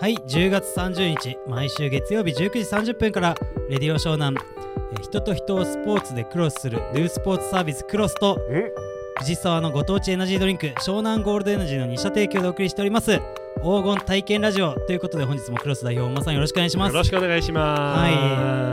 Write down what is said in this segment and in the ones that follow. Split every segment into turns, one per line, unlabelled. はい10月30日毎週月曜日19時30分から「レディオ湘南」えー人と人をスポーツでクロスするヌースポーツサービスクロスと
え
藤沢のご当地エナジードリンク湘南ゴールドエナジーの2社提供でお送りしております黄金体験ラジオということで本日もクロス代表本間さんよろしくお願いします
よろしくお願いしま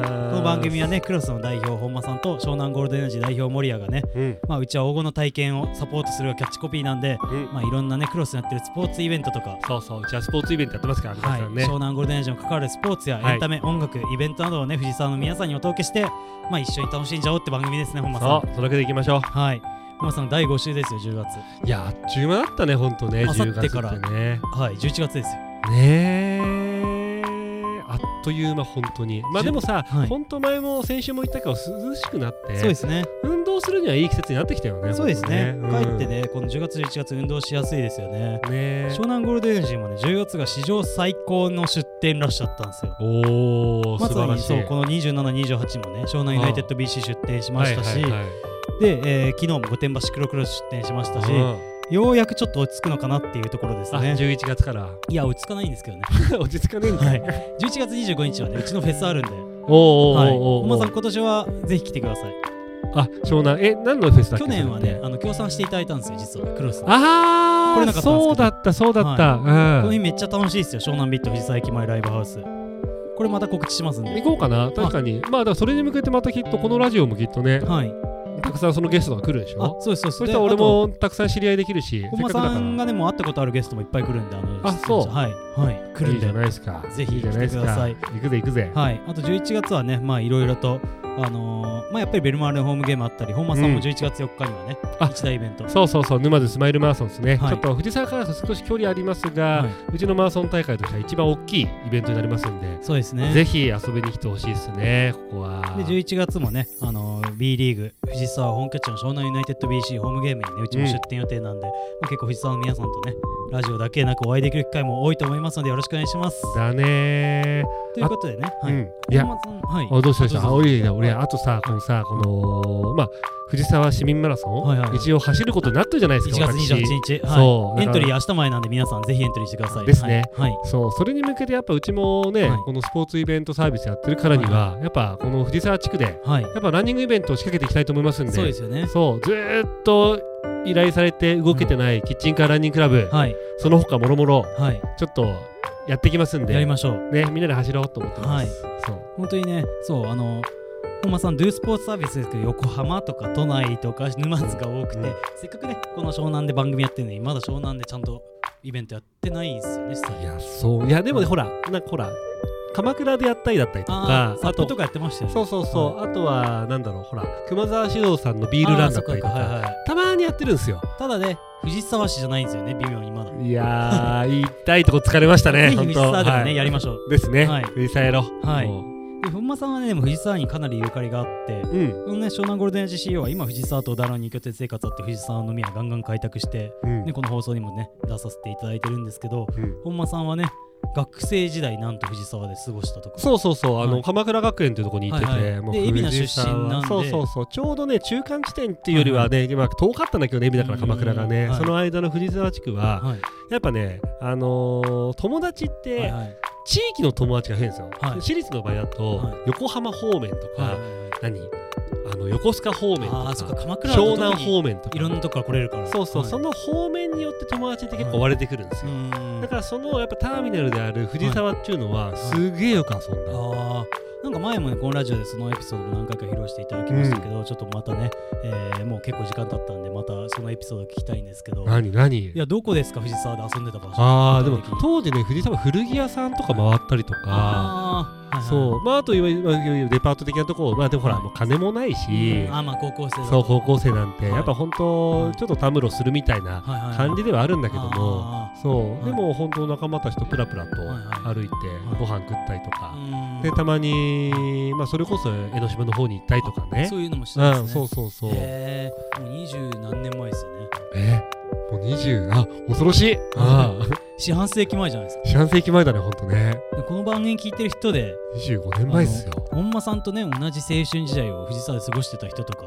す。
この番組はねクロスの代表本間さんと湘南ゴールドエナジー代表守屋がね
うん、
まあうちは黄金の体験をサポートするがキャッチコピーなんで
うん、
まあいろんなねクロスになってるスポーツイベントとか
そうそう、うちはスポーツイベントやってますからね、
はい、
皆さんね
湘。南ゴールデンエナジーの関わるスポーツや
はい
エンタメ、音楽イベントなどをね藤沢の皆さんにお届けして、まあ、一緒に楽しんじゃおうって番組ですね本間さん
そう、届けていきましょう。
はい本間さん第5週ですよ10月
いや、あっちゅう間だったね、ほんとね、
あさって
10月
から
ってね。
はい11月ですよ
ねえ、あっという間、ほんとに。まあでもさ、
はい
ほんと前も先週も言ったけど、涼しくなって、
そうですね
運動するにはいい季節になってきたよね。
そうですね
ほんと
帰って。ねこの10月11月運動しやすいですよね
うんねえ
湘南ゴールデンエナジーもね10月が史上最高の出店ラッシュだったんですよ
おー、
ま
素
さ
晴ら
に
しい。
そうこの2728もね湘南ユナイテッド BC 出店しましたし、
はいはいはい
で、えー昨日も御殿場シクロクロス出店しましたし、
うん
ようやくちょっと落ち着くのかなっていうところです
あ、
ね
11月から。
いや落ち着かないんですけどね
落ち着かねえんか
はいい。11月25日はねうちのフェスあるんで
おーおー
はい
おーおー
本間さん今年はぜひ来てください
あ、湘南。え、何のフェスだっけ
去年は
それ
ね
って
あの協賛していただいたんですよ実はクロスの
あ
来れなかったん
ー
ですけど
そうだった、そうだった。
この
う
日
ん。
めっちゃ楽しいですよ湘南ビット藤沢駅前ライブハウスこれまた告知しますんで
行こうかな、確かに。まあ、だからそれに向けてまたきっと、このラジオもきっとね、
はい
たくさんそのゲストが来るでし
あ
ょ。
そうですそうです
そし
で
たら俺
あと
もたくさん知り合いできるし、せっ
本
か
間
くだから
さんがねもう会ったことあるゲストもいっぱい来るんであの
あそう
はいはい来る
い
ん
いじ
で
ゃないですか。
ぜひ
いいじゃないですか
来てください
行くぜ、行くぜ。
はい、あと11月はね、まあいろいろと、あのーまあやっぱりベルマーレのホームゲームあったり、本間さん
う
も
ん
11月4日にはね、
あ
一大イベント。
そうそうそう、沼津スマイルマラソンですね。
はい
ちょっと藤沢からだと少し距離ありますが、
はいう
ちのマラソン大会としては一番大きいイベントになりますんで、
そうですね。
ぜひ遊びに来てほしいですね、ここは。
で11月もね、あのー B リーグ、藤沢本拠地の湘南ユナイテッド BC ホームゲームにね、うちも出店予定なんで、まあ、結構藤沢の皆さんとね、ラジオだけなくお会いできる機会も多いと思いますので、よろしくお願いします。
だね
ということでね、はい。
うん。いや、
本間さんはい、
あどうしました
ど
あ
うぞ
俺俺あとさこのさこのまあ藤沢市民マラソン、
はいはい
一応走ることになったじゃないです
1
か
月
私
28日、は
そう
い、エントリー
だか
明日前なんで、皆さんぜひエントリーしてください。
ですね
はい。はい
らそうそれに向けてやっぱうちもね、
はい
このスポーツイベントサービスやってるからには、やっぱこの藤沢地区でや
はい
っぱランニングイベントを仕掛けていきたいと思いますんで
そうですよね。
そうずーっと依頼されて動けてないキッチンカーランニングクラブ、
はい。
その他もろもろ
はい。
ちょっとやってきますんで
やりましょう。
ねみんなで走ろうと思ってます、そう
本当にねそうあの本間さんドゥスポーツサービスですけど横浜とか都内とか沼津が多くて、
うん
せっかくねこの湘南で番組やってるのにまだ湘南でちゃんとイベントやってないんですよね実際
いやそういやでもねほらなんかほら鎌倉でやったりだったりと
あ
か
ーサップとかやってましたよね
そうそうそう、あとはなんだろうほら熊沢史郎さんのビールランだったりとか
あーそっかはいはい
たまーにやってるんですよ
ただね藤沢市じゃないんですよね微妙にまだ、
いやー 痛いとこ疲れました
ぜ
ね
ひ
本
藤
当
沢でもね、
はい
やりましょう
ですね、
はい
藤沢やろう
はい
も
で本間さんはねでも藤沢にかなりゆかりがあって
ううん、
このね湘南ゴールデン GCO は今藤沢と小田原に拠点生活あって藤沢の宮ガンガン開拓して、
うん
ね、この放送にもね出させていただいてるんですけど
うん
本間さんはね学生時代なんと藤沢で過ごしたとか
そうそうそうあの、
はい
鎌倉学園というとこに行ってて、
はいはい
もう
で海老名
藤沢
出
は
身なんで
そうそうそうちょうどね中間地点っていうよりはね、今遠かったんだけどね海老名から鎌倉がね、
うんはい
その間の藤沢地区は、
はい
やっぱねあのー友達って、
はいはい
地域の友達が増えるんですよ、
はい
私立の場合だと、
はい
横浜方面とか、
はい
何あの横須賀方面と
あ
か
あそっか鎌倉
湘
は特に
南方面とか
いろんなとこから来れるから
そうそう、
はい
その方面によって友達って結構割れてくるんです
う
よ、
ん
だからそのやっぱターミナルである藤沢っていうのは、すげえよく遊んだ、
あーなんか前もねこのラジオでそのエピソードも何回か披露していただきましたけど、ちょっとまたね、えーもう結構時間経ったんでまたそのエピソード聞きたいんですけどい
何何
やどこですか藤沢で遊んでた場所
ああでも
具体的に
当時ね藤沢古着屋さんとか回ったりとか
あーはいはい
そうまああといわゆるデパート的なとこまあでもほら
はい
もう金もないし、
あーまあ高校生だと
そう高校生なんて
はい
やっぱ本当ちょっとたむろするみたいな
はいはいはい
感じではあるんだけども、
あ
そう、
はい
でも本当仲間たちとプラプラと
はいは
歩いて
い
ご飯食ったりと
ー
か、
うん
でたまに、まあ、それこそ江ノ島の方に行ったりとかね
そういうのもして
う
たんですね、
ん、そうそうそう、
へえもう二十何年前ですよね
えもう20あ恐ろしいああ
四半世紀前じゃないですか
四半世紀前だねほんとね
でこの番組聞いてる人で
25年前っすよ
本間さんとね同じ青春時代を藤沢で過ごしてた人とか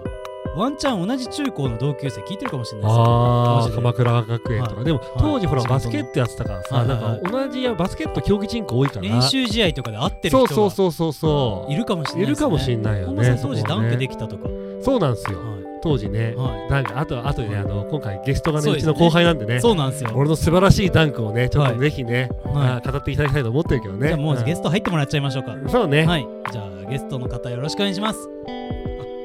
ワンチャン同じ中高の同級生聞いてるかもしれないですよ
あ
マ
あ
ジで
鎌倉学園とか、
はい
でも
はい
当時ほら
地元の
バスケットやってたからさ、
はいはいは
ないんか同じやバスケット競技人口多いから
練習試合とかで会ってる
そう
人
そう
が
そうそうそ
いるかもしれないですね
いるかもしれないよね
本間さん当時
そこ
ダ
はね
ンクできたとか、は
うそうなんですよ、当時ね、
は
なんかあとあとでねあの今回ゲストがね
そう
う
で
ち
すね
の後輩なんでね
い、そうなんですよ、
俺の素晴らしいダンクをねちょっ
はい
とぜひね、
は
あー語っていただきたいと思ってるけど
い、
ね
じゃあもうゲ
ス
スト入ってもらっちゃいましょうか、
そうね、
はいじゃあゲストの方よろしくお願いします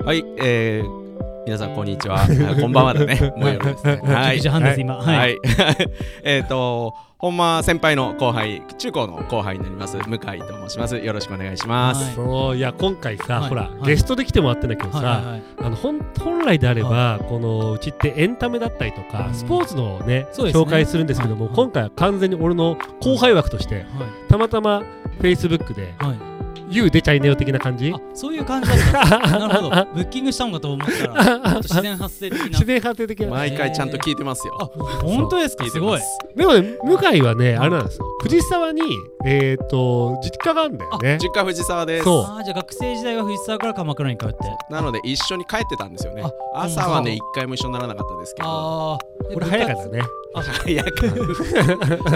はい、えー、皆さんこんにちは。あこんばんはだね。もう夜ですね。は
10
い
時。半です今はい、
はい。 えっと、本間先輩の後輩、中高の後輩になります、向井と申します。よろしくお願いします。
はい
そういや今回さ、
はい
ほら、
はい
ゲストで来てもらってんだけどさ、
はいはいはい
あの本本来であれば、このうちってエンタメだったりとか、
うん
スポーツのね
そうですね
紹介するんですけども、
はい
今回は完全に俺の後輩枠としてたまたま Facebook で
はい、
「YOU 出ちゃいなよ」的な感じ
あそういう感じだったんですねなる ほどブッキングしたのかと思ったらちょっと自然発生的な
自然発生的な
毎回ちゃんと聞いてますよ。
あ本当ですか
聞い
す
て
ご
ま
い
す。
でもね向井はねあれなんですよ藤沢にえっ、と実家があるんだよね
実家藤沢です。
そう
あーじゃあ学生時代は藤沢から鎌倉に通って
なので一緒に帰ってたんですよね
あ。
朝はね、一回も一緒にならなかったですけど。
ああ
俺早かったね
早く。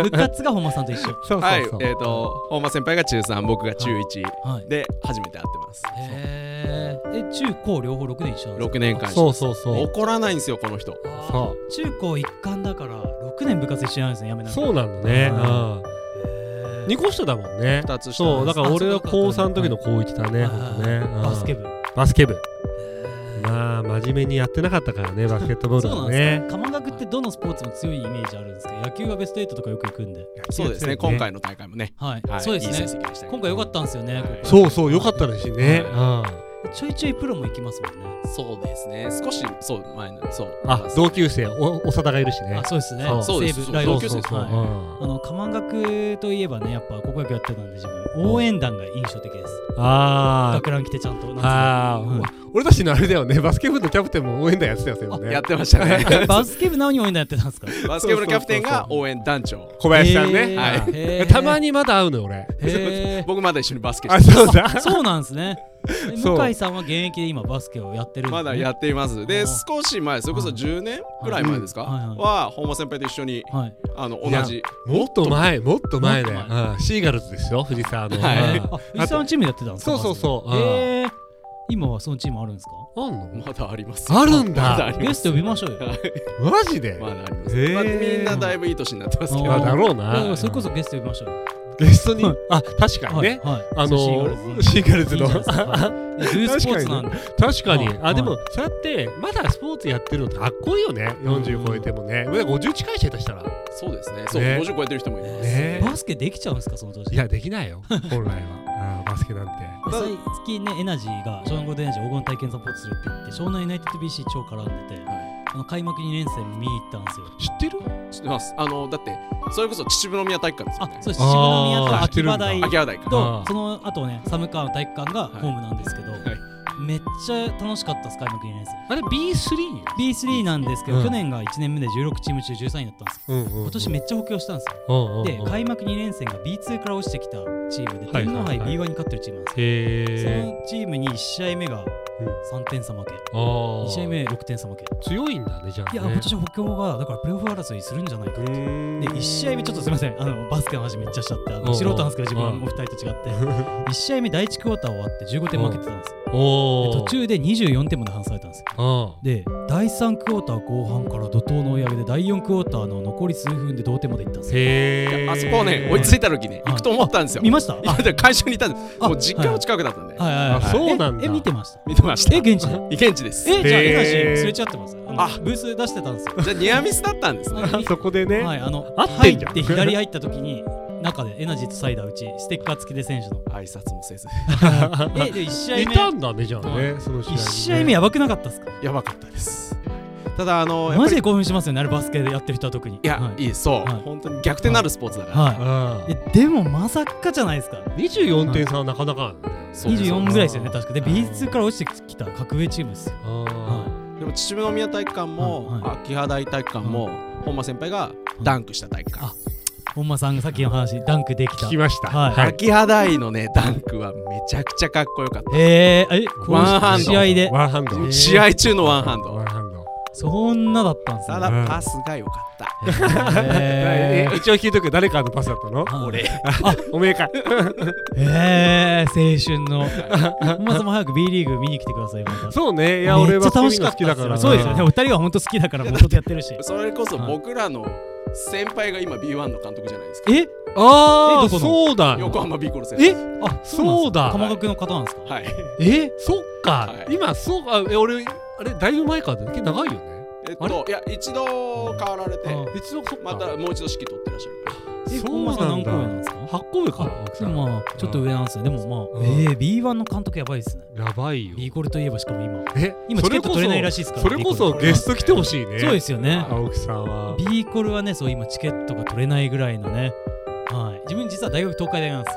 部活が本間さんと一緒
そうそうそう、
はい、えっ、と、本間先輩が中3、僕が中1
はい
で初めて会ってます。
へえで中高両方6年一緒なんですか
6年間一緒
そうそうそう
怒らないんですよ、この人。
そ
中高一貫だから6年部活一緒なんですねやめな
う
くて
そうなのね、
は
う
へー
ん、2個下だもんね
二つ下
そうだから俺は高3の時の高1だね、
はい
ほんとねうん
バスケ部
バスケ部まあ真面目にやってなかったからねバスケットボール
そうな
は
んです
ね
か鎌学ってどのスポーツも強いイメージあるんですけど野球はベスト8とかよく行くんで
そうですね、今回の大会もね。
はい、
はい、
そうです
いい
ね
成績でしたけど
今回良かったんですよね、ここ
そうそうよかったですしね、
ちょいちょいプロも行きますもんね
そうですね。少しそう前のそう。
うん、あ同級生お長田がいるしね
あそうですね
そう
そうです
西武
そう
ライオンズ
同級生です
そうそう
はい
そう
あの鎌学といえばねやっぱ高校野球やってたんで自分応援団が印象的です
うんあ
学ラン着てちゃんと
ー
なん
あー、
うん
俺たちのあれだよねバスケ部のキャプテンも応援団やってたよ
あ
ね
やってまし たね
つう。のバスケ部なのに応援団やってたんですか
バスケ部のキャプテンが応援団長。
小林さんね、
はい
い
たま
に
にまだ会うのよ俺
僕まだ一緒にバスケ
あ
して
そうだ
そうなんです ねで
そう
向井さんは現役で今バスケをやってるんで
ま
ね
だやっています。
う
で
ん
少し前それこそ10年ぐらい前ですか
はいはい
は本間先輩と一緒に
はい
あの同
いや
じ
もっと前もっと前だよ
もっと
うんシーガルズですよ藤沢の、
はい
うん
あ藤沢のチームでやってたんですか
そうそうそう
バスケ
うん
へえ今はそのチームあるんですか
あんの
まだあります。
あるんだ
まだあり
ゲ
ま
ス
す。
ト呼びましょうよ
マジで、
まだあります。
へー
まあみんなだいぶいい年になってますけ
まあ、だ
ど。
ろう
いやで
な
もそれこそゲスト呼びましょうよ
ゲストに
はい
あ確かにね、
はいはい
あの
シーガルズ
シーガルズの
いいじゃないですかいやルースポーツなんで
確かに、
うん
あでも、
は
そうやってまだスポーツやってるのってかっこいいよね40超えてもね、俺50近い人たしたら
そうですね。そう
ね
50超えてる人もいます。
ね
バスケできちゃうんですかその当時
いやできないよ 本来はあーバスケなんて
最近ねエナジーが湘南ゴールデンエナジー黄金体験サポートするって言って湘南ユナイテッド BC 超絡んでて、
は
あの開幕2連戦見に行ったんですよ
知ってる
知ってます。あのだってそれこそ秩父宮体育館ですよ
あ
ね。
そうです秩父宮と
あー
秋葉台
知
秋葉台か。
と
あー
その後ね寒川の体育館が
はい
ホームなんですけど、めっちゃ楽しかったです開幕2連戦
あれ B3?
B3 なんですけど、
うん
去年が1年目で16チーム中13位だったんですよ
うんうん、うん、
今年めっちゃ補強したんですよ、
うんうんうん
で開幕2連戦が B2 から落ちてきたチームで
はいはいはい
天皇杯 B1 に勝ってるチームなんですよ、
へえ
そのチームに1試合目が3点差負け、
あー
2試合目6点差負け
強いんだねじゃあ、ね、
いや、今年補強が、だからプレーオフ争いするんじゃないか
う
と。で、
ーん
1試合目、ちょっとすみません、あのバスケの話めっちゃしちゃって、あ
おうお
の
う
素人なんですけど、自分は
う
お
ん
二人と違って、1試 合目、第1クォーター終わって15点負けてたんですよ。
お
で
お
途中で24点まで離されたんですよ。で、第3クォーター後半から怒涛の追い上げで、第4クォーターの残り数分で同点までいったんですよ。
へえ
あそこをね、追いついた時ね、行くと思ったんですよ。
見ました
今まで会社にいたんです。
あ
もう実家の近くだったんで。
はいはいはい
あそうなんだ
え、え見てました。
見てました。
え、現地で。
イケンチです。
え、じゃあ、
へー
エナジーすれ違ってます。あ
あ
の、ブース出してたんですよ。
じゃあニアミスだったんですね。
あ
そこでね、
はい、あの、
合って
入
んじゃ
っ
ん
て左入った時に、中でエナジーとサイダーうち、ステッカー付きで選 手の。
挨拶もせず。
え、で、1試合目。
いたんだねじゃあね、その試合
1
にね
試合目やばくなかったですか
やばかったです。ただあのやっ
マ
ぱ
ジで
り
興奮しますよねあれバスケでやってる人は特に
いや
はい
いそう
はい
本当に逆転なるスポーツだから。
は
あ
いえでもまさかじゃないですか
24点差はなかなかあるね
そうです
24ぐらいですよね
あー
確かで B2 から落ちてきた格上チームですよ
あ
でも秩父宮体育館も
はいは
秋葉台体育館も本間先輩がダンクした体育館。
本間さんがさっきの話ダンクできた
聞きました。
はい
はい。
秋葉台のねダンクはめちゃくちゃかっこよかっ
えー、え
ワンハ
こ
ン
う
ド
試合で
ワンハンド。
た試合中のワンハン
ワ
ド
ンハンド。
そんなだったんです
た
ね
だパスが良かった
え
え一応聞いとく誰かのパスだったの
ー、俺
おめえか。
えー、青春の本間さんも早く B リーグ見に来てくださいまた
そうね。いや、俺
めっ
は
ちゃ楽しかっ
好
た
きだから。
そうですよねお二人は本当好きだからもともとやってるし
それこそ僕らの先輩が今 B1 の監督じゃないですか
え
あ
え
あ、
どこの
そうだ。
横浜ビーコルセン
え
あ
そうだ
鎌学の方なんですか
はい
えそっか
は。い
今、そうか。え俺、あれ、だいぶ前からだよ。結構長いよね。
えっ
あれ
といや一度変わられて
うん
一応、そっか。
またもう一度指揮取ってらっしゃるから
え
そう
本間さん
なん
何
だ
個上なんですか
八個上か。奥
で
さん
もまあちょっと上なんですよでもまあ
うん
えー B1 の監督やばいですね
やばいよ。
B コルといえばしかも今
え
今チケット取れないらしいですから
それこ
ビー
そ
コル
ゲスト来てほしいね。
そうですよね
青木さんは。
B コルはねそう今チケットが取れないぐらいのねはい自分実は大学東海大なんです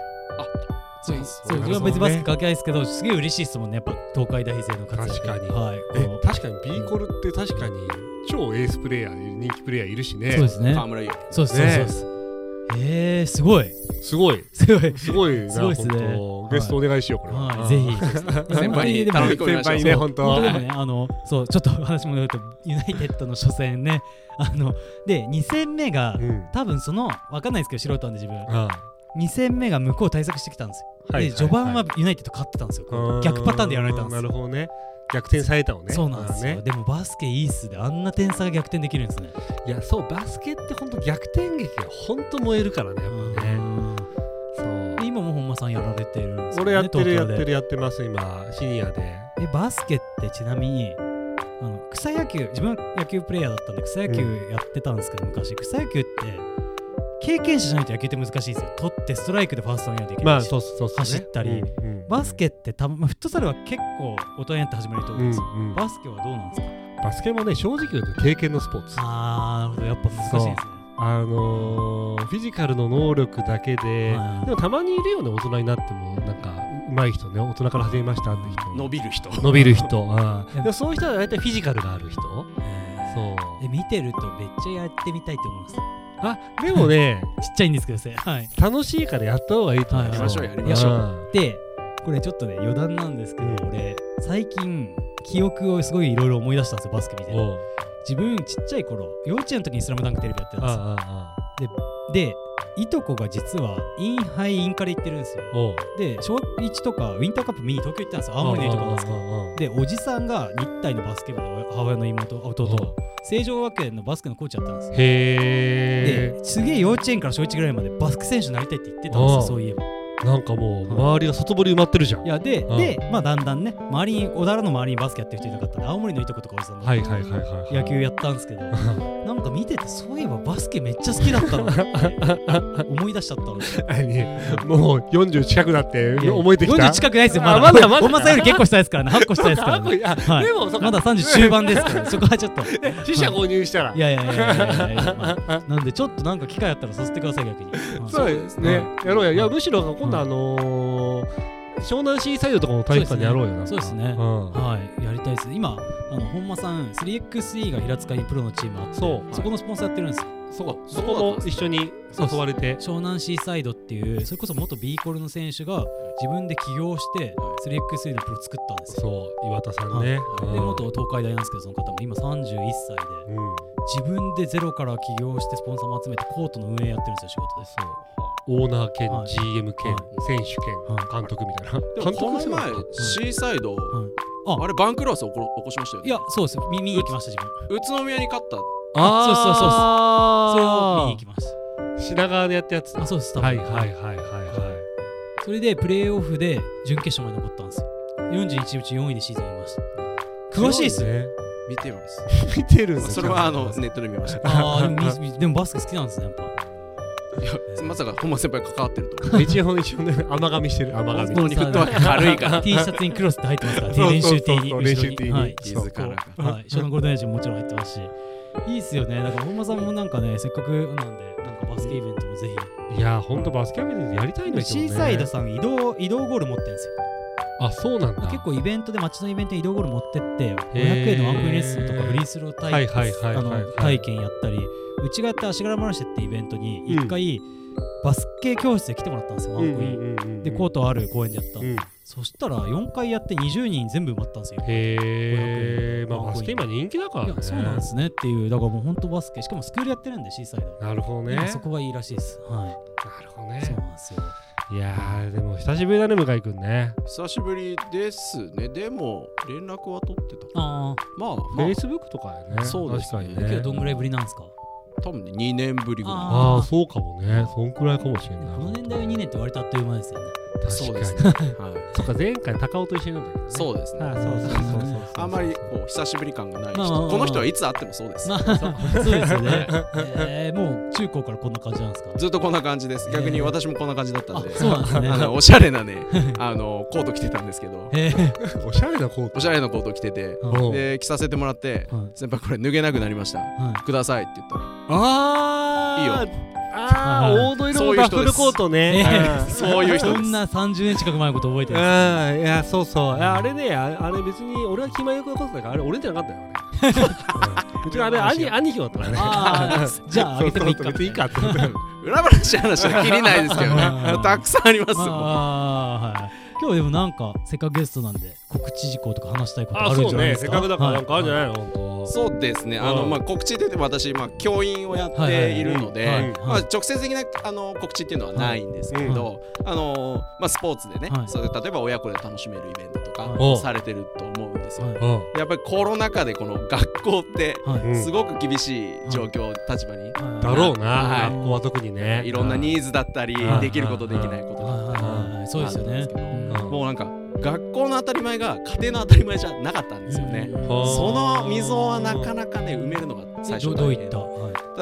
そうですそう
な
自分
るほどね
は別にバスケ関係ないですけどすげえ嬉しいですもんねやっぱ東海大生の活躍
確かに
はい
え
こ
確かに B コルって確かに超エースプレイヤー人気プレイヤーいるし
う
ね
そうですね
河村優
そうですそう
ね
ですそうですえーすごい
すごい
すごい
すごい な
すごいっすね
本当ゲストお願いしようこれ
はいぜひ
先輩に頼み込み
先
ま
輩に
し
ね
た
本当
本当でもね、あの、そう、ちょっと話戻ると、ユナイテッドの初戦ね、あの、で、2戦目が、
うん
多分その、わかんないですけど、素人なんで自分、
あ
2戦目が向こう対策してきたんですよ。
はい
で、序盤はユナイテッド勝ってたんですよ。こう逆パターンでやられたんです
な
よ。
るほどね逆転されたのね
そうなんですよ、
あーね
でもバスケいいっすであんな点差が逆転できるんですね。
いやそうバスケって本当逆転劇が本当燃えるからねやっぱ
う
ね
ん
そう
で今も本間さんやられてるんですよ、ね。
俺やってるや
東
っ
京で
てるやってます今シニアで
えバスケってちなみにあの草野球自分は野球プレイヤーだったんで草野球やってたんですけど、昔草野球って経験者じゃないと野球って難しいですよ取ってストライクでファーストにはでき
ま
な
あ
いし、
そうっすそうっすね
走ったり
うんうん
バスケってた、まあ、フットサルは結構大人になって始めると
う
思うん
ん
ですよ、
うん
バスケはどうなんですか
バスケはね正直言うと経験のスポーツ
あーなるほどやっぱ難しいですね
あのーフィジカルの能力だけで、
はい
でもたまにいるよね大人になってもなんか上手い人ね大人から始めましたって人
伸びる人
伸びる人あ
で
で
も
もそういう人は大体フィジカルがある人そ
そう
う
え見てるとめっちゃやってみたいと思います
あでもね
ちっちゃいんですけどせはい
楽しいからやった方がいいと思う、
はい
やりましょうやりましょう
でこれちょっとね余談なんですけど、
うん
俺最近記憶をすごいいろいろ思い出したんですよバスケ見て
うんおう
自分ちっちゃい頃幼稚園の時に「スラムダンクテレビやってたんですよ
あああ
でいとこが実はインハイインカレ行ってるんですよ
あおう
で小学1とかウィンターカップ見に東京行ったんですよ青森のいとこなんですけどでおじさんが日体のバスケ部の母親の妹あ
どう
弟成城学園のバスケのコーチやったんですよ
へえ
ですげえ幼稚園から小1ぐらいまでバスケ選手になりたいって言ってたんです
あ
よ
あ
そういえば
なんかもう周りが外堀埋まってるじゃん
いやで
ああ
でまあだんだんね周りに小田原の周りにバスケやってる人いなかったんで青森のいとことかおじさんだったんで
はいはいはいはいはい
野球やったんですけど なんか見ててそういえばバスケめっちゃ好きだったなって 思い出しちゃったんですよ
何もう40近くなって思えてきた
40近くないですよまだ
あまだまだ
本間さんより結構下ですからね8個下ですからね、
あ
はい
でもそっか
まだ30終盤ですから、ね、そこはちょっとい
死者購入したら
やいやいやいやいやいや、まあなんでちょっとなんか機会あったらさせてください逆に、はい
そうですね
は。
やろうや。いや、
はい
むしろ今度あのー、湘南シーサイドとかの体育館でやろうよな。
そうですね
なんかうん
はいやりたいです今あの本間さん 3x3 が平塚にプロのチームあって
そう
そこのスポンサーやってるんですよ
そう
そこも一緒に誘われて。
湘南シーサイドっていうそれこそ元 B コールの選手が自分で起業して 3x3 のプロ作ったんですよ
そう、岩田さん
はい
ね。うん
で元東海大なんですけどその方も今31歳で
うん。
自分でゼロから起業してスポンサーも集めてコートの運営やってるんですよ仕事です
そう。オーナー兼
はい
GM 兼
は
選手兼
はい
監督みたいな。
で
監
もこ
督
の
してます
前
か
シーサイド
はいあ
あれバンクロース起こ起こしましたよ
い
ね
やそうです見見に行きました自分
宇都宮に勝った
それを見
あ
に行きまし
ー品川でやったやつ
た
だ
あ。そうです多分
はいはいはいはいはい。
それでプレーオフで準決勝まで残ったんですよ41うち4位でシーズン終えました詳しいっす
強ね。
見てます
見てるん
まあ
です
そ
よ
れはあのネットで見 ました
あーでもみでもバスケ好きなんですねやっぱ
いやまさか本間先輩関わってると
一応一応ね、甘噛みしてる。甘噛み。
本当にフットワーク軽 いから
T シャツにクロスって入ってますから
そうそう
練習 T に後
そう
ろに
練習 T に
はい
気づかなかっ
はい、湘南ゴールデンエイジももちろん入ってますし、いいっすよね。なんか本間さんもなんかね、せっかくなんで、なんかバスケイベントもぜ
いやー、ほんとバスケ部でやりたいん
ひ。
です
シ
よね。
ーサイドさん移動移動ゴール持ってるんですよ。
あ、そうなんだ。
結構イベントで街のイベントに移動ゴール持ってって、
へー
500円のワンコインレッスンとかフリースロー体,、
はいはいはいはいはい
あの体験やったり、ちがやった足柄マルシェってイベントに
うん
一回、バスケ教室で来てもらったんですよワンコイン、でコー
ト
トある公園でやった、
うん
そしたら4回やって20人全部埋まったんですよ
へえまあ
500円
バスケ今人気だから
い
ね
やそうなんですねっていうだからもう本当バスケしかもスクールやってるんでシーサイド、
なるほどねな
今
る
そこがいいらしいですはいそ
ほど
う
ね
なんですよ
いやーでも久しぶりだね向井くんね
久しぶりですねでも連絡は取ってた
あ
まあ
フ
まあ
ェイスブックとかやね
そうですね
あ、
確かに
けど
ね
どんぐらいぶりなんですか
多分ね2年ぶりぐら
ああ
あー
そうかもねそんくらいかもしれ
こ
ない
の年代は2年って割とあっという間ですよね
確か
い
に
そうですねはい
そっか前回高尾と一緒に飲んだけどね
そうですね
あそうそうそうそうそう
あんまりこう久しぶり感がない
まあまあま
人
あ
この人はいつ会ってもそうです
まあそうですよねえー、もう中高からこんな感じなんですか
ずっとこんな感 じです逆に私もこんな感じだったん
あ
で
そうなんですね
あのおしゃれ なねあのコート着てたんですけど
えー
おしゃれなコート
おしゃれなコート着てて
は
うん
で着させてもらって
いはい
先輩これ脱げなくなりました
はい
くださいって言ったら
あ
いいよ
あ あー黄土色のバッフルコートね
そういう人
う
こ
ん
そういう人で
ん
す
な30年近く前のこと覚えて
う
る
ん
ん です
いやそうそういやあれねああれ別に俺は気前よくのことだからあれ俺じゃなかったよあれ うんう ちのあれ兄兄貴だったからね
あーじゃああげてもいいか
そうそう別にいいかって思ったから
裏話話は切りないです けど
あ
ね
ー
たくさんあります
ま
もん
あはい今日でもなんかせっかくゲストなんで告知事項とか話したいことある
あ
ん
そう
じゃない
ね
です
せっ
か
かくだからなんかあるんじゃ
い
ないの本
そうですね、あ
う
の
ん
まあ、告知で言って私、まあ、教員をやっ
はいはいは
て
い
いるので、
はい
まあ、直接的なあの告知っていうのはないんですけど、あのまあ、スポーツでね、
はい
そう例えば親子で楽しめるイベントとか
はい
されてると思うんですよ。
はい
当うん
やっぱりコロナ禍でこの学校って
はいはい
うん
すごく厳しい状況、立場に、
だろうな、
はい
学校は特にね。
いろんなニーズだったり
うん
できることできないこと
はい
だっ
は
た
い
り
はいはいそうですよね
あるんですけど
もうなんか学校の当たり前が家庭の当たり前じゃなかったんですよね。その溝はなかなかね埋めるのが最
最
初
初
大
どう
変
いったは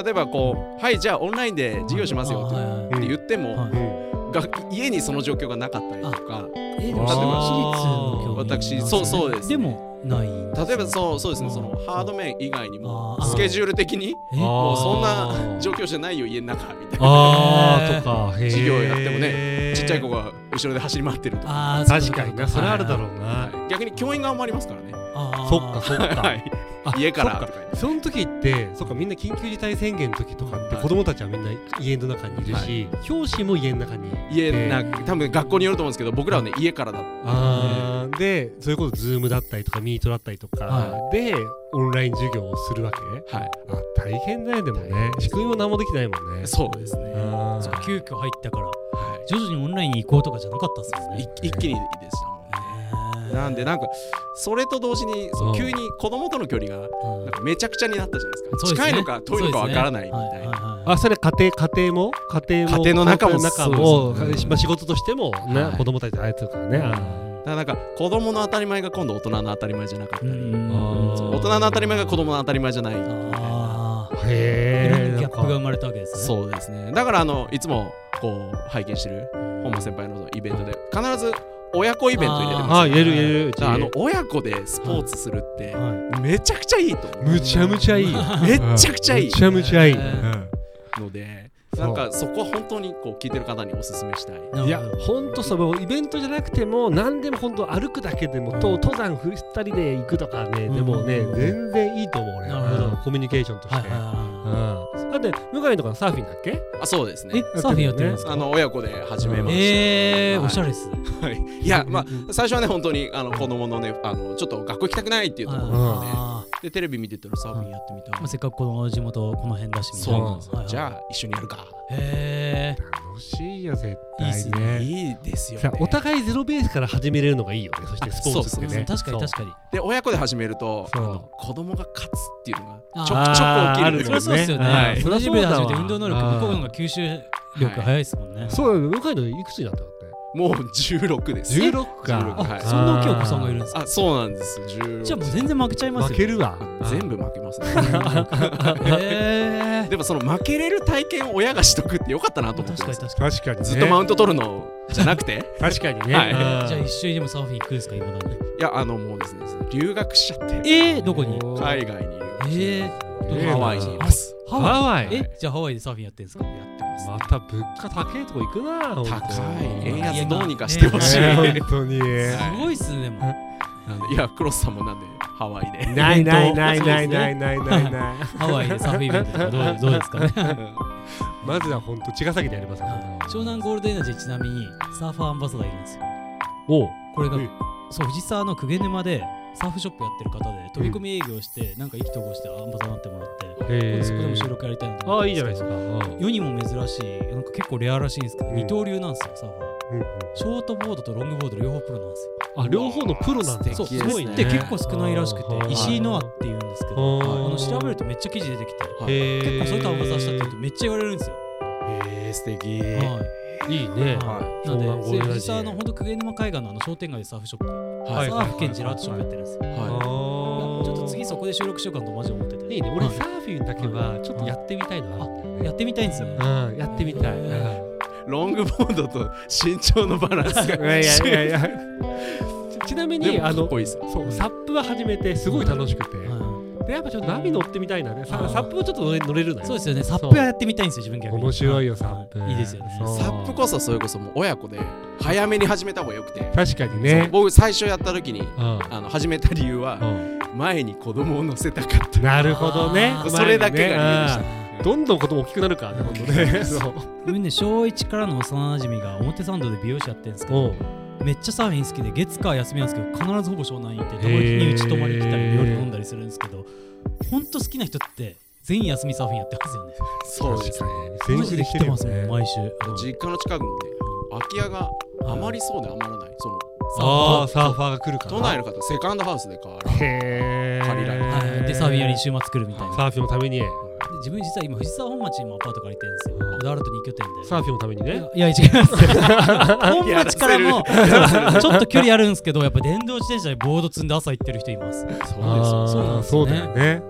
い
例えばこう「はいじゃあオンラインで授業しますよ」
あーはいはい
って言っても、
はい
うん
学家にその状況がなかったりとか
えでも
あ
私立
ー
の教員
私そうそうです
で
ね
もない
例えばそうそうですね
あー
そのハード面以外にも
あー
スケジュール的に
え
も
あー
うそんな状況じゃないよ家の中みたいな
あーとか、へー
授業やってもねちっちゃい子。が後ろで走り回ってるとか、
あーそういうこ
確
と
かにな、それあるだろう
は
な。
い逆に教員側もありますからね、
あー
そっか、そっ
は
か。
い、
あ
家から
そ
と
っ
か
か
言って
その時って、そっか、みんな緊急事態宣言の時とかって、
はい
子供たちはみんな家の中にいるし、教師も家の中に。
家の
で
中多分学校によると思うんですけど僕らはね家からだっ
あーで、それこそ、ズームだったりとか、ミートだったりとか
は、
で、オンライン授業をするわけ。
た、はい、
あ、大変だよ、でもね。仕組みも何もできないもんね。
そうですね、
あ
は
ー
そう急遽入ったから
い
徐々にオンラインに行こうとかじゃなかったっすもんね
一一気にでしたもん
ね
ねなんでなんかそれと同時にそう
うん
急に子供との距離が
うん
なんかめちゃくちゃになったじゃないですか
そうですね
近いのか遠いのかわからないみたいな、
あそれ家庭家庭も家庭も
家庭の中も
家庭
そうですね
かしまあ、仕事としても、ね
はい
子供たちと会えてるからね、
だからなんか子供の当たり前が今度大人の当たり前じゃなかったり、
うん
大人の当たり前が子供の当たり前じゃない、
あ
あーへえ
ーギャップが生まれたわけですね。
そうですねだからあのいつもこう拝見してる本間先輩のイベントで必ず親子イベント入れて
あ
ます
あ入れる入れるう
だからあの親子でスポーツするって
は
めちゃくちゃいいと思
むちゃむちゃいい
めっちゃくちゃいい
むちゃむちゃいい、
ね
うので
そう
なんかそこは本当にこう聞いてる方にお勧めしたい
いなるほど。
いやほんとさもうイベントじゃなくても何でも本当歩くだけでもと登山ふったりで行くとかねでもね
うん
全然いいと思う俺
なるほど
コミュニケーションと
は
し
い
て、
はいは
うん、だって向井とかサーフィンだっけ
あそうです
い
ね
えサーフィンやってるんですか。
あの親子で始めました、
えー
はい
おしゃれです。
いやまあ最初はね本当にあの子供のねあのちょっと学校行きたくないっていうところ
うん
で,、
あー
でテレビ見てたらサーフィンやってみたい、
まあせっかくこの地元この辺だしみたい
そ
な。
うなんですよ、
はいはい
じゃあ一緒にやるか
へえ。
楽しいよ絶
いいっ
対
す
ね
いいですよ、ね
さ、お互いゼロベースから始めれるのがいいよねそしてスポーツって
う
ね
ん確かに確かに。
で親子で始めるとあ
そう
の子供が勝つっていうのが
あー
ちょくちょく起きるん
そ
で
りゃ
すよ
そうですよね。
はい
同じ部で初めて運動能力
あー
向こうの方が吸収力早いですもんね。
そうそうだよね向井のいくつになったのって
もう16です
16
か
あ
はい
そんな今日お子さんがいるんですか。
あそうなんです16
じゃあもう全然負けちゃいます
負
よ。
けるわ
全部負けますね
へえ。
でもその負けれる体験を親がしとくってよかったなと
確
思
か
っ
に
てます
確か
確かにね
ずっとマウント取るのじゃなくて
確かにね
はい
に。じゃあ一緒にでもサーフィン行くんですか今だに。
いやあのもうですね留学しちゃって
えー、どこに
海外に留学して
えー、
え
ハワイにいます
ハ
ハ
ワ
ワ
イ
イ
えじゃあハワイでサーフィンやってるんですか
やってます
また物価高いとこ行くな
高い円
え
安どうにかしてほしい、
ね本当に
すごいっすねでも。
なんでいやクロスさんもなんでハワイで
ないないないないないないないない。
ハワイでサーフイベントとかど うどうですかね
まずは本当茅ヶ崎でやりますから。
湘南ゴールデンエナジーちなみにサーファーアンバサダーいるんですよ
おう
これが
え
そう藤沢の鵠沼でサーフショップやってる方で飛び込み営業して、なんか意気投合してアンバサダーになってもらって今
へ
度そこでも収録やりたいなと
あ
思っ
あ
て
いいじゃないです
か
か。うん
世にも珍しいなんか結構レアらしいんですけど、
うん
二刀流なんですよサーファーショートボードとロングボード両方プロなんですよ
あ両方のプロなんだ。
そう
素敵です
そ
ね
れって結構少ないらしく
はい
て石井ノアっていうんですけど
は
あ
い
の調べるとめっちゃ記事出てきて
へ
結構それとアンバサダーしたって言うと
と
めっちゃ言われるんですよ
えー、素敵
はい
いいね。
はい、
そう
な
なん
で、そ
んだ
ういう
俺たち
藤沢のほんと鵠沼海岸のあの商店街でサーフショップ、
はい
サ
は
ーフ兼ジェラートショップやってるんですよ。
い
あ
は
ー
ちょっと次そこで収録しようかなとマジで思ってて。
いいね。俺
はい
サーフィンだけはちょっとやってみたいのはあるんだ
や
よね。
ってみたいんですよね。
うんやってみたい。うん
いロングボードと身長のバランスが
いやいやいやいや。ちちなみ
で
に
もか
あ
っ
の
こいいですよ
そうサップは始めてすごい楽しくて。
は
でやっぱちょっと波乗ってみたいなね。
あ
さ
ー
サップもちょっと乗れ乗れるの
い
よ。。
そうですすよね、サップはやってみたいんですよ、自分逆に。
面白いよ
は
サップ
はいいいですよね。
そう
サップこそそれこそもう親子で早めに始めた方がよくて、
確かにね。
僕最初やった時に
うん
あの始めた理由は
う
前に子供を乗せたかった
ん。なるほどね
あ。
それだけが理由でした
前にねうんどんどん子供大きくなるからね、本当ね。 そう。
僕ね、小1からの幼馴染が表参道で美容師やってるんですけど、
うん
めっちゃサーフィン好きで、月火休みなんですけど、必ずほぼ湘南行って、たまにうち泊まりに来た
へ
り、
ー
夜飲んだりするんですけど、ほんと好きな人って、全員休みサーフィンやってますよね。
そうですね
全
マジで
力で
来
来
て
て
ま
ますす
もん、
ね。
毎週。うん
実家の近くのね空き家が余りそうで余らないその
ああ、サーファーが来るから。
都内の方セカンドハウスで買わ れ
へえ。
借りられる
はい、でサーフィンやりに週末来るみたいな。
サーフィンのために、
で自分実は今藤沢本町にもアパート借りてるんですよ。
うん
小田原と二拠点で。
サーフィンのためにね。
いやいや違います。本町からもちょっと距離あるんですけど、やっぱ電動自転車でボード積んで朝行ってる人います。いや
そうです
そうなん
あー
ですよ
そう
ね
だよね。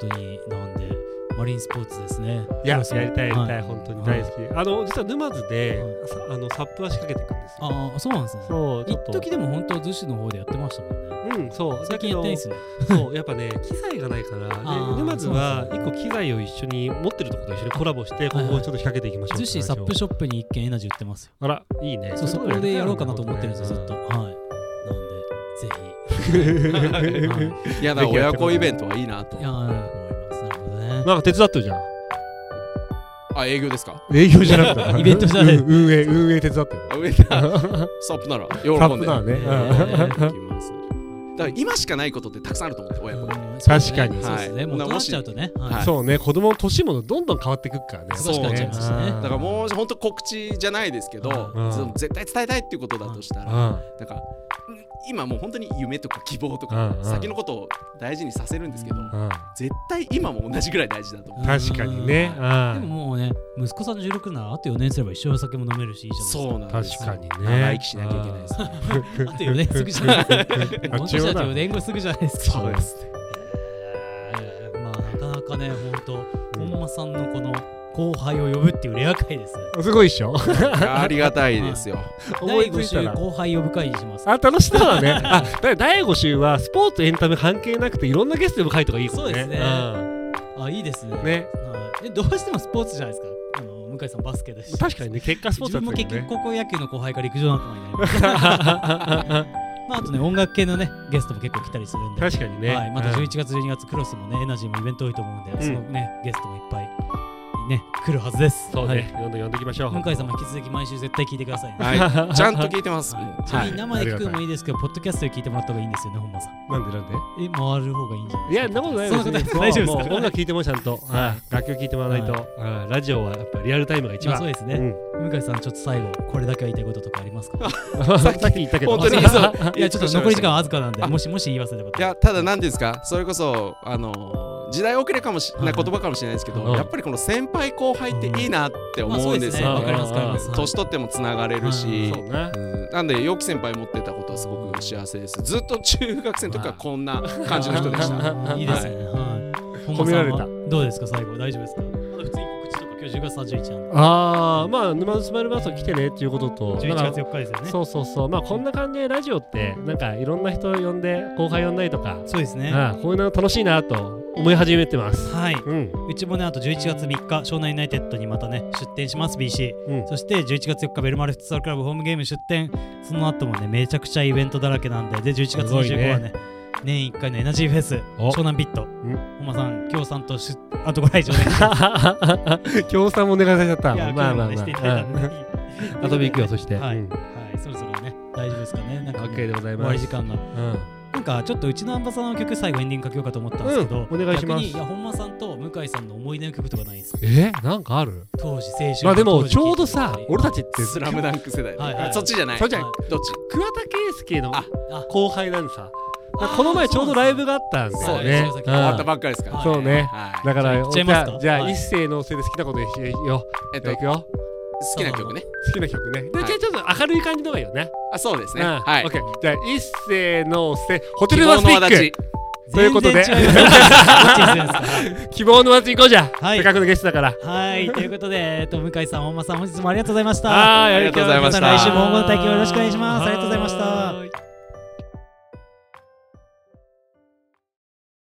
本当になんでマリンスポーツですね。
いや、
クロスも
やりたい、やりた、
はい
本当に大好き。あの、実は沼津で、さあの、サップは仕掛けていくんですよ。
ああそうなんですね。
そう、ちょっ
一
と。
時でも本当逗子の方でやってましたもんね。
うん、そう。
最近やってないですね。
そう、やっぱね、機材がないから、で
あー
沼津は一個機材を一緒に持ってるとこと一緒にコラボして、今後ちょっと仕掛けていきましょう。
逗子サップショップに一軒エナジー売ってますよ。
あら、いいね。
そうそこでやろうかなと思ってるんですよずっと。
う
はい。なんでぜ ひ。 はい
いやだから親子イベントはいいなと
いやー、思います。なるほどね。
なんか手伝ってるじゃん。
あ営業ですか
営業じゃなく て。
イベントじゃない
うん 運営、運営手伝ってる。
あ上田 サップなら喜んで
サップならね
うん
えー行きますだから今しかないことってたくさんあると思って親子で
確かに
そうです
は
ね。
い
もうどうしちゃうとね。
はい
そうね、子供の年もどんどん変わってくっからね。
忙
しくなっちゃい
ますしね
うん
だからもう本当告知じゃないですけど
うん
その絶対伝えたいっていうことだとしたら
う
だからうん今もう本当に夢とか希望と
うんう
か
ん
先のことを大事にさせるんですけど
うん
ん、うん、
絶対今も同じぐらい大事だと思う。
確かにね。う
でも
ん、
もうね、息子さん16ならあと4年すれば一生お酒も飲めるしいいじゃ
そうなんで
確
す。
かにね。
長生きしなきゃいけないですね。
ないですか。あと4年すぐじゃないですか。
あ
もしか
違う
し
な
たら4年後すぐじゃないですか。
そうですね。
えーまあなかなかね、本当本間さんのこの後輩を呼ぶっていうレア会ですね。
うん。すごいっしょ。
いやありがたいですよ。
思
第
いつ
5
いた
週
ら。
後輩呼ぶ会にします。
あ、楽しそう だね。あ、だ第5週はスポーツエンタメ関係なくていろんなゲストでも書いとかいいかも
そう
ね。
ですね
ん
あ、いいですね。
ね。
はいえどうしてもスポーツじゃないですか。あの向井さんバスケだし。
確かにね、結果スポー
自
ツだ
分も
ったけ
結
ど
局
ね。
高校野球の後輩から陸上仲間になりましたま ああとね音楽系のねゲストも結構来たりするんで
確かにね。
はい、また
うん
11月12月クロスもねエナジーもイベント多いと思うんで、そのねゲストもいっぱいね来るはずです
そう
は
ね
い。
どんどん呼んでいきましょう。
向井さんも引き続き毎週絶対聞いてくださいね、
はい。ちゃんと聞いてます。
は
も
い、
う
ちな
は
み
い
に。生で聞くのもいいですけど、ポッドキャストで聞いてもらった方がいいんですよね、本間さん。
なんでなんで
え、回る方がいいんじゃない
いや、そんなことない
そ
よ
んなことない
別に
大丈夫です
もう
か
もう音楽聴いてもちゃんと、はい楽曲聴いてもらわないと、うんラジオはやっぱリアルタイムが一
まあ
番。
そうですね、向井さん、ちょっと最後、これだけは言いたいこととかあり ますか
うんさっき言ったけど、
本当に
あ
そ
そう
う。
いや、ちょっと残り時間
は。
はずかなんで、
あ
もしもし言い忘れたこと。
いや、ただ何ですか。それこそあの時代遅れかもしな言葉かもしれないですけ
う
ど、
ん
やっぱりこの先輩後輩っていいなって
まあ
思
そううんで
ですす
ね、
よ
わ
あ。
かります、わかります。はい
年取ってもつながれるし
そ。うな。
うんなんで、陽気先輩持ってたことはすごく幸せです。ずっと中学生の時はこんな感じの人でした。
いいですね。はい。
褒められ
本間
た
さんはどうですか最後大丈夫ですか。まだ普通に告知とか。今日10月31日なんで
ああまあ沼津スマイルバースト来てねっていうことと
11
なん
月
か
4日ですよね
そうそうそうまあこんな感じでラジオってなんかいろんな人呼んで後輩呼んだりとか、
そうですね
ああこういうの楽しいなと思い始めてます
はい
うん
うちもねあと11月3日湘南ユナイテッドにまたね出店します BC
うん
そして11月4日ベルマルフッツサルクラブホームゲーム出店その後もねめちゃくちゃイベントだらけなんでで11月
すご
25
い
日
ね
はね年1回のエナジーフェス
お
湘南ビット本間さん京さんとしあとご来場ね
協賛もお願いされちゃった
いや
まあまあ
今日もねしていた
ま
だい
あ
たんでね
うん遊び行くよそして
はい、
うん
はい、そろそろね大丈夫ですかねなんかもう
OK でござい
終
ま
わり
す
時間が
うん
なんかちょっとうちのアンバサダーの曲最後エンディングかけようかと思ったんですけど、
うんお願いしま
逆
す
にいや本間さんと向井さんの思い出の曲とかないんですか
えなんかある
当時青春
まあで
当
も
時
ちょうど
聴い
さ
てた
俺たちって
スラムダンク世代
はいはい
あそっちじゃない
そ
ど
う
っ
じゃん
ち
桑田佳祐の
あ
あ
後輩なんさだからこの前ちょうどライブがあったんだよね
そうですね
ん
終わったばっかりですから
はい
そうね
はい
だから
じゃあ行っちゃいますか
じゃあ
はい
一世のせいで好きなこと言えよ
えっ
じゃあ行
と
くよ
好きな曲ね
好きな曲ねで
はい
じゃあちょっと明るい感じの方がいいよね
あそうですね
うん
はい
オッケーじゃあ一世のせホテ
希
ルバ
望
ステ
の
ィック
轍
ということで
全然違うよどっちにするんですか
希望の街行こうじゃん、
はい
せっかくのゲストだから
はい、ということで、えっと、向井さん、本間さん、本日もありがとうございました。
はい
ありがとうございました
皆さん来週も本間の体験をよろしくお願いしますありがとうございました
はーい